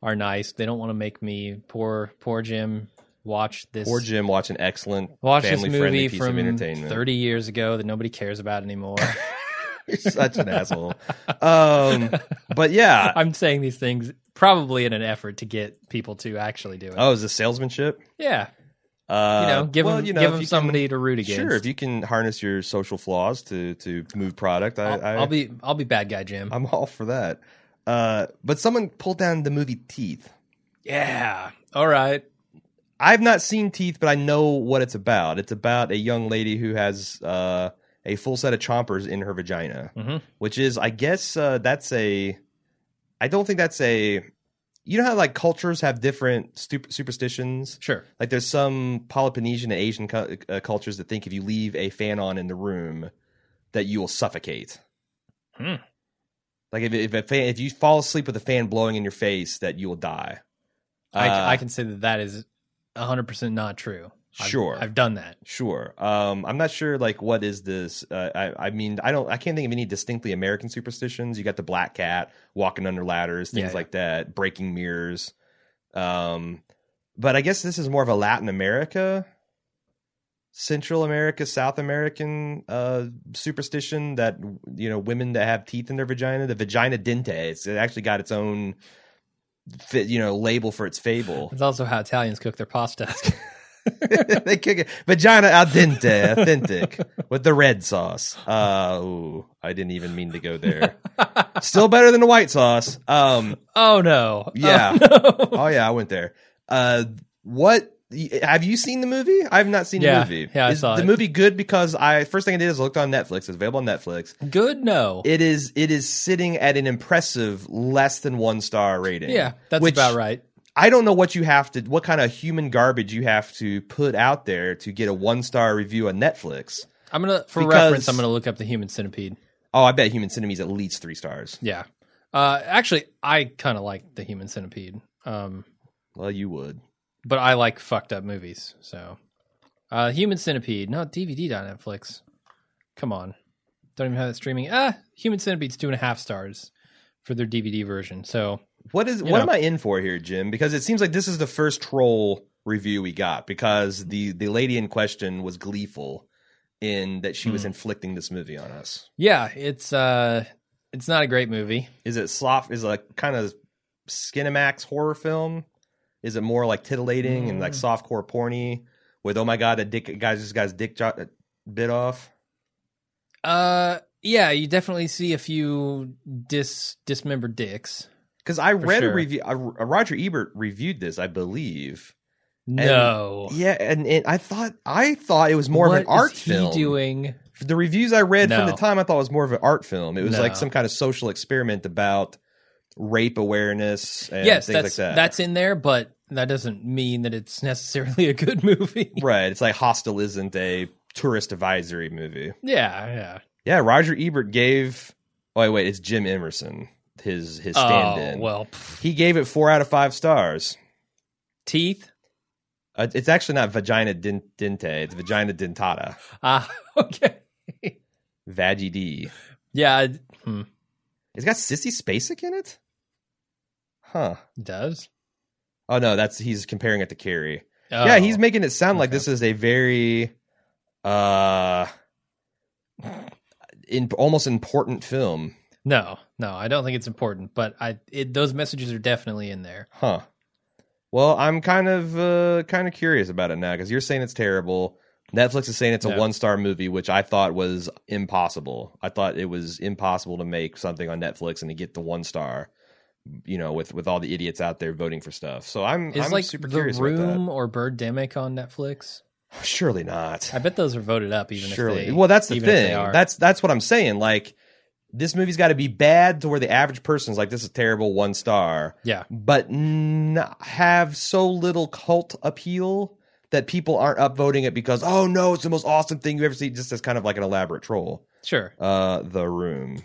B: are nice they don't want to make me poor poor jim watch this
A: Poor Jim watch an excellent
B: watch this
A: family-friendly
B: movie
A: piece of
B: from
A: entertainment.
B: 30 years ago that nobody cares about anymore
A: You're such an asshole. Um, but yeah.
B: i'm saying these things probably in an effort to get people to actually do it
A: Oh, is this salesmanship?
B: yeah
A: Uh,
B: you know give
A: well,
B: them
A: you know,
B: give
A: if
B: them
A: you can-
B: somebody to root against
A: Sure, if you can harness your social flaws to to move product, I,
B: I'll,
A: I,
B: I'll be i'll be bad guy jim
A: I'm all for that. Uh, but someone pulled down the movie Teeth.
B: yeah all right
A: I've not seen Teeth, but I know what it's about. It's about a young lady who has uh, a full set of chompers in her vagina,
B: Mhm.
A: which is, I guess, uh, that's a. I don't think that's a. You know how like cultures have different stup- superstitions.
B: sure
A: Like there's some Peloponnesian and Asian cu- uh, cultures that think if you leave a fan on in the room, that you will suffocate.
B: Hmm.
A: Like if if a fan, if you fall asleep with a fan blowing in your face, that you will die.
B: I,
A: Uh,
B: I can say that that is 100% not true I've-
A: Sure.
B: i've done that
A: Sure. Um, I'm not sure. Like, what is this? Uh, I, I mean, I don't. I can't think of any distinctly American superstitions. You got the black cat walking under ladders, things
B: Yeah.
A: like that, breaking mirrors. Um, but I guess this is more of a Latin America, Central America, South American uh, superstition that you know women that have teeth in their vagina, the vagina dente. It's, it actually got its own, fi- you know, label for its fable.
B: it's also how italians cook their pasta
A: they kick it. Vagina al dente, authentic, with the red sauce. Uh, ooh, I didn't even mean to go there. Still better than the white sauce. Um,
B: Oh no!
A: Yeah.
B: Oh, no.
A: oh yeah, I went there. Uh, what? Have you seen the movie? I have not seen
B: Yeah,
A: the movie.
B: yeah, I
A: is
B: saw
A: the
B: it.
A: movie good? Because I first thing I did is looked on Netflix. It's available on Netflix.
B: Good no.
A: It is it is sitting at an impressive less than one star rating.
B: yeah, that's
A: which
B: about right.
A: I don't know what you have to, what kind of human garbage you have to put out there to get a one star review on Netflix.
B: I'm gonna for
A: because-
B: reference. I'm gonna look up the Human Centipede.
A: Oh, I bet Human Centipede is at least three stars.
B: Yeah. Uh, actually, I kind of like the Human Centipede. Um,
A: Well, you would.
B: but I like fucked up movies. So, uh, Human Centipede. No DVD on Netflix. Come on, don't even have that streaming. Ah, Human Centipede's two and a half stars for their DVD version. So
A: What is?
B: You
A: what
B: know.
A: am I in for here, Jim? Because it seems like this is the first troll review we got because the the lady in question was gleeful in that she was
B: Hmm.
A: inflicting this movie on us.
B: yeah, it's uh, it's not a great movie.
A: Is it soft? Is it like kind of Skinamax horror film? Is it more like titillating and
B: Hmm.
A: like softcore porny with oh my god, a dick guys, this guy's dick jo- uh, bit off?
B: Uh, yeah, you definitely see a few dis dismembered dicks.
A: Because I read a
B: sure.
A: review, a, a Roger Ebert reviewed this, I believe,
B: No,
A: Yeah, and, and I thought I thought it was more of an
B: What
A: art
B: is
A: film.
B: He doing
A: The reviews I read from
B: No.
A: the time I thought it was more of an art film. It was
B: No.
A: like some kind of social experiment about rape awareness and
B: yes,
A: things
B: that's
A: like that.
B: that's in there, but that doesn't mean that it's necessarily a good movie.
A: Right. It's like Hostel isn't a tourist advisory movie.
B: Yeah, yeah.
A: Yeah, Roger Ebert gave. Oh wait, wait, it's Jim Emerson, his his stand-in.
B: Oh well, pff.
A: He gave it four out of five stars.
B: teeth.
A: Uh, it's actually not vagina din- dente. It's vagina dentata.
B: Ah, okay.
A: Vaggie D.
B: Yeah, it hmm,
A: It's got Sissy Spacek in it. Huh.
B: it does.
A: Oh no, that's he's comparing it to Carrie. Yeah, he's
B: Oh.
A: making it sound like
B: okay.
A: this is a very, uh, in almost important film.
B: no, no. I don't think it's important, but I it, those messages are definitely in there.
A: Huh. Well, I'm kind of uh, kind of curious about it now because you're saying it's terrible. Netflix is saying it's a
B: Yeah.
A: one star movie, which I thought was impossible. I thought it was impossible to make something on Netflix and to get the one star. You know, with with all the idiots out there voting for stuff. So I'm
B: Is
A: I'm
B: like
A: super
B: the
A: curious about
B: Room or Birdemic on Netflix?
A: that. Surely not.
B: I bet those are voted up. Even
A: Surely.
B: if they,
A: well, that's the
B: even if they
A: thing.
B: are.
A: That's that's what I'm saying. Like this movie's got to be bad to where the average person's like, "This is terrible, one star."
B: yeah,
A: but n- have so little cult appeal that people aren't upvoting it because oh no, it's the most awesome thing you ever see. Just as kind of like an elaborate troll.
B: sure.
A: Uh, the room.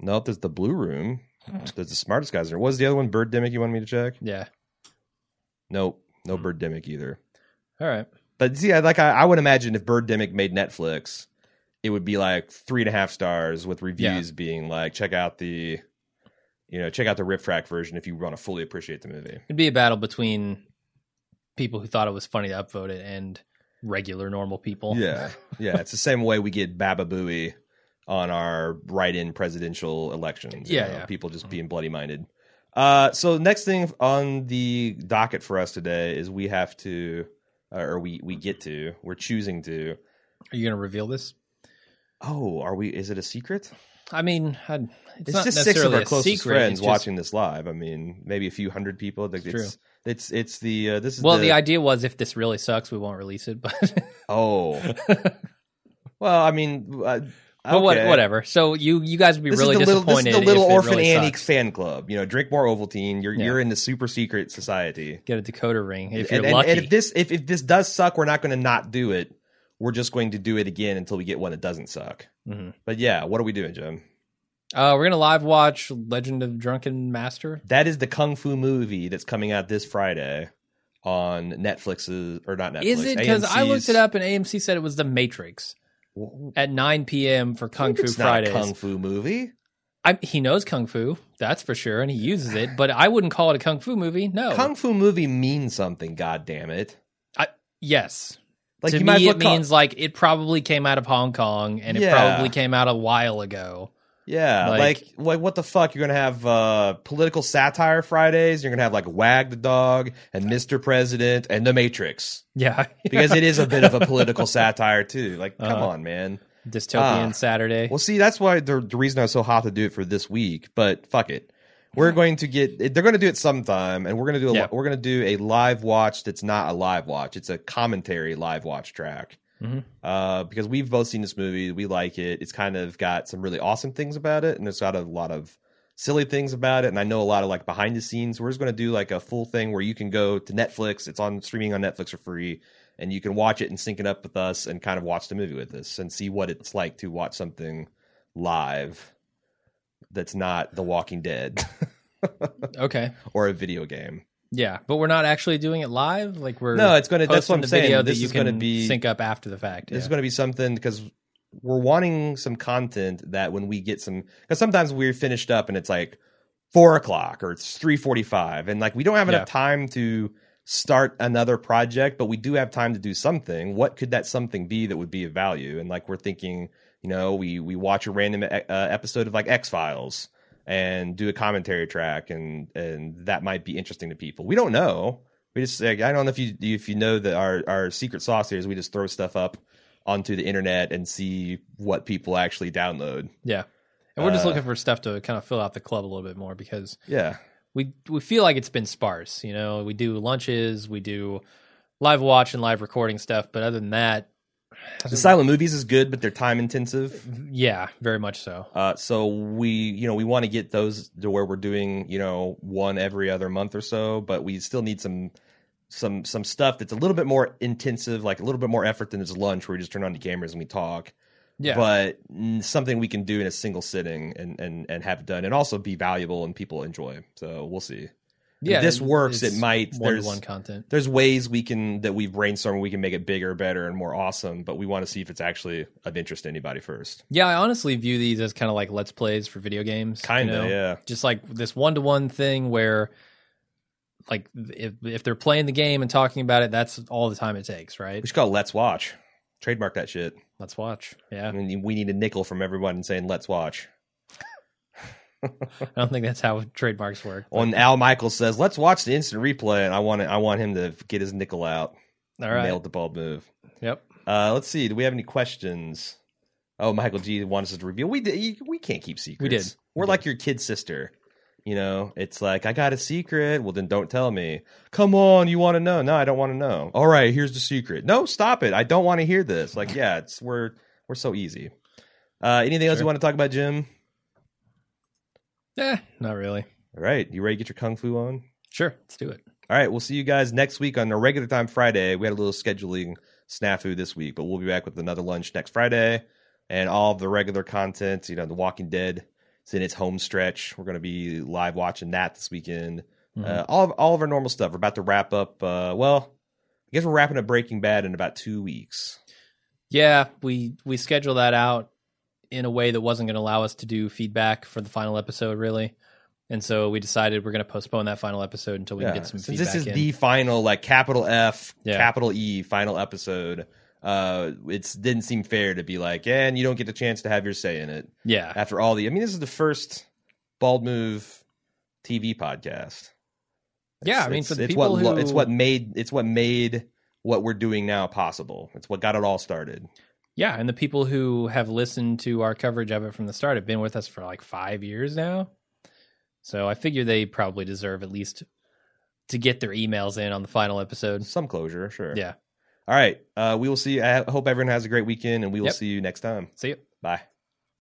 A: Nope, there's the blue room.
B: Hmm.
A: There's the smartest guys. There was the other one, Bird Dimick. You wanted me to check?
B: Yeah.
A: Nope, no
B: Hmm.
A: Bird Dimick either.
B: All right.
A: But see, I- like I, I would imagine if Birdemic made Netflix, it would be like three and a half stars with reviews being like, check out the, you know, check out the riff track version if you want to fully appreciate the movie.
B: It'd be a battle between people who thought it was funny to upvote it and regular normal people.
A: Yeah, yeah, it's the same way we get Baba Booey on our write-in presidential elections. you
B: Yeah,
A: know,
B: yeah. Mm-hmm.
A: people just being bloody-minded. Uh, so next thing on the docket for us today is we have to, uh, or we we get to, we're choosing to.
B: Are you going to reveal this?
A: Oh, are we? Is it a secret?
B: I mean, I, it's,
A: it's,
B: not
A: just
B: necessarily
A: six of our
B: a
A: closest
B: secret,
A: friends
B: it's just-
A: watching this live. I mean, maybe a few hundred people. Like,
B: It's
A: it's, it's it's the uh, this is
B: Well,
A: the,
B: the, idea was if this really sucks, we won't release it. But
A: oh well, I mean, uh,
B: but what,
A: okay.
B: whatever. So you you guys would be
A: This is
B: really
A: the little, this is the
B: disappointed.
A: little
B: if it
A: orphan
B: really
A: Annie
B: sucks.
A: fan club. You know, drink more Ovaltine. You're
B: Yeah.
A: you're in the super secret society.
B: Get a decoder ring if you're
A: and, and-
B: lucky.
A: and if this if, if this does suck, we're not going to not do it. We're just going to do it again until we get one that doesn't suck.
B: Mhm.
A: But yeah, what are we doing, Jim?
B: uh, we're gonna live watch Legend of Drunken Master.
A: That is the kung fu movie that's coming out this Friday on Netflix's or not Netflix.
B: Is it because I looked
A: AMC's
B: it up and AMC said it was The Matrix at 9 p.m. for Kung Fu
A: It's not a
B: Fridays?
A: kung fu movie.
B: I, he knows kung fu, that's for sure, and he uses it. But I wouldn't call it a kung fu movie. No.
A: Kung fu movie means something. God damn it!
B: yes.
A: Like
B: to
A: you might as
B: me,
A: well
B: it
A: call-
B: means like it probably came out of Hong Kong, and it
A: Yeah.
B: probably came out a while ago.
A: Yeah,
B: Like-
A: like, like what the fuck? You're gonna have uh, political satire Fridays. You're gonna have like Wag the Dog and Mr. President and The Matrix
B: Yeah.
A: because it is a bit of a political satire too. Like, come
B: Uh-huh.
A: on, man.
B: dystopian
A: Ah.
B: Saturday.
A: Well, see, that's why the, the reason I was so hot to do it for this week. But fuck it, we're going to get. They're going to do it sometime, and we're going to do. A,
B: Yeah.
A: We're going to do a live watch that's not a live watch. It's a commentary live watch track.
B: Mhm.
A: Uh, because we've both seen this movie, we like it. It's kind of got some really awesome things about it, and it's got a lot of silly things about it. And I know a lot of like behind the scenes. We're just going to do like a full thing where you can go to Netflix. It's on streaming on Netflix for free and you can watch it and sync it up with us and kind of watch the movie with us and see what it's like to watch something live that's not The Walking Dead
B: Okay.
A: or a video game.
B: Yeah, but we're not actually doing it live. Like we're
A: No, it's gonna. That's
B: posting
A: what I'm
B: the
A: saying.
B: video
A: this
B: that you
A: is
B: can
A: gonna be.
B: sync up after the fact.
A: This
B: yeah.
A: is gonna be something because we're wanting some content that when we get some because sometimes we're finished up and it's like four o'clock or it's three forty five and like we don't have
B: Yeah.
A: enough time to start another project, but we do have time to do something. What could that something be that would be of value? And like we're thinking, you know, we we watch a random e- uh, episode of like X Files and do a commentary track, and and that might be interesting to people. We don't know. We just like, I don't know if you if you know that our our secret sauce here is we just throw stuff up onto the internet and see what people actually download.
B: yeah, and we're just
A: uh,
B: looking for stuff to kind of fill out the club a little bit more because
A: Yeah,
B: we we feel like it's been sparse. You know, we do lunches, we do live watch and live recording stuff, but other than that,
A: The silent movies is good, but they're time intensive.
B: Yeah, very much so.
A: Uh, so we, you know, we want to get those to where we're doing, you know, one every other month or so, but we still need some, some, some stuff that's a little bit more intensive, like a little bit more effort than this lunch where we just turn on the cameras and we talk.
B: Yeah,
A: But mm, something we can do in a single sitting and and and have done, and also be valuable and people enjoy. So we'll see.
B: yeah.
A: if this works, it
B: it's
A: might- there's-
B: one-to-one content.
A: There's ways we can that we've brainstormed we can make it bigger, better, and more awesome. But we want to see if it's actually of interest to anybody first.
B: Yeah, I honestly view these as kind of like let's plays for video games. you
A: Kinda,
B: know?
A: yeah.
B: Just like this one to one thing where, like, if if they're playing the game and talking about it, that's all the time it takes, right?
A: We should call it Let's Watch. Trademark that shit.
B: Let's watch.
A: I
B: Yeah,
A: mean, we need a nickel from everyone saying Let's Watch.
B: I don't think that's how trademarks work. but-
A: When Al Michaels says Let's watch the instant replay, and I want it, I want him to get his nickel out.
B: all right.
A: Nailed the ball move.
B: Yep.
A: Uh, let's see. Do we have any questions? Oh, Michael G wants us to reveal. We did. We can't keep secrets.
B: did.
A: We're
B: We
A: like your kid sister. You know, it's like I got a secret. Well, then don't tell me. Come on, you want to know? No, I don't want to know. All right, here's the secret. No, stop it. I don't want to hear this. Like, yeah, it's we're we're so easy. Uh, anything else you
B: Sure.
A: want to talk about, Jim?
B: Yeah, Eh, not really.
A: All right, you ready to get your kung fu on?
B: Sure, let's do it.
A: All right, we'll see you guys next week on a regular time Friday. We had a little scheduling snafu this week, but we'll be back with another lunch next Friday and all of the regular content. You know, The Walking Dead is in its home stretch. We're going to be live watching that this weekend.
B: Mm-hmm.
A: Uh, all of all of our normal stuff. We're about to wrap up. Uh, well, I guess we're wrapping up Breaking Bad in about two weeks.
B: Yeah, we we scheduled that out in a way that wasn't going to allow us to do feedback for the final episode, really. And so we decided we're going to postpone that final episode until we
A: Yeah.
B: can get some
A: Since
B: feedback.
A: this is
B: in.
A: the final, like capital F,
B: Yeah.
A: capital E, final episode. Uh, it's didn't seem fair to be like, and you don't get the chance to have your say in it.
B: yeah,
A: after all the i mean this is the first bald move tv podcast
B: Yeah, I mean,
A: it's,
B: for the
A: it's
B: people
A: what lo- it's
B: who-
A: what made it's what made what we're doing now possible it's what got it all started
B: yeah. And the people who have listened to our coverage of it from the start have been with us for like five years now. So I figure they probably deserve at least to get their emails in on the final episode.
A: some closure sure
B: Yeah.
A: all right uh we will see i hope everyone has a great weekend and we will
B: Yep.
A: see you next time
B: See you.
A: bye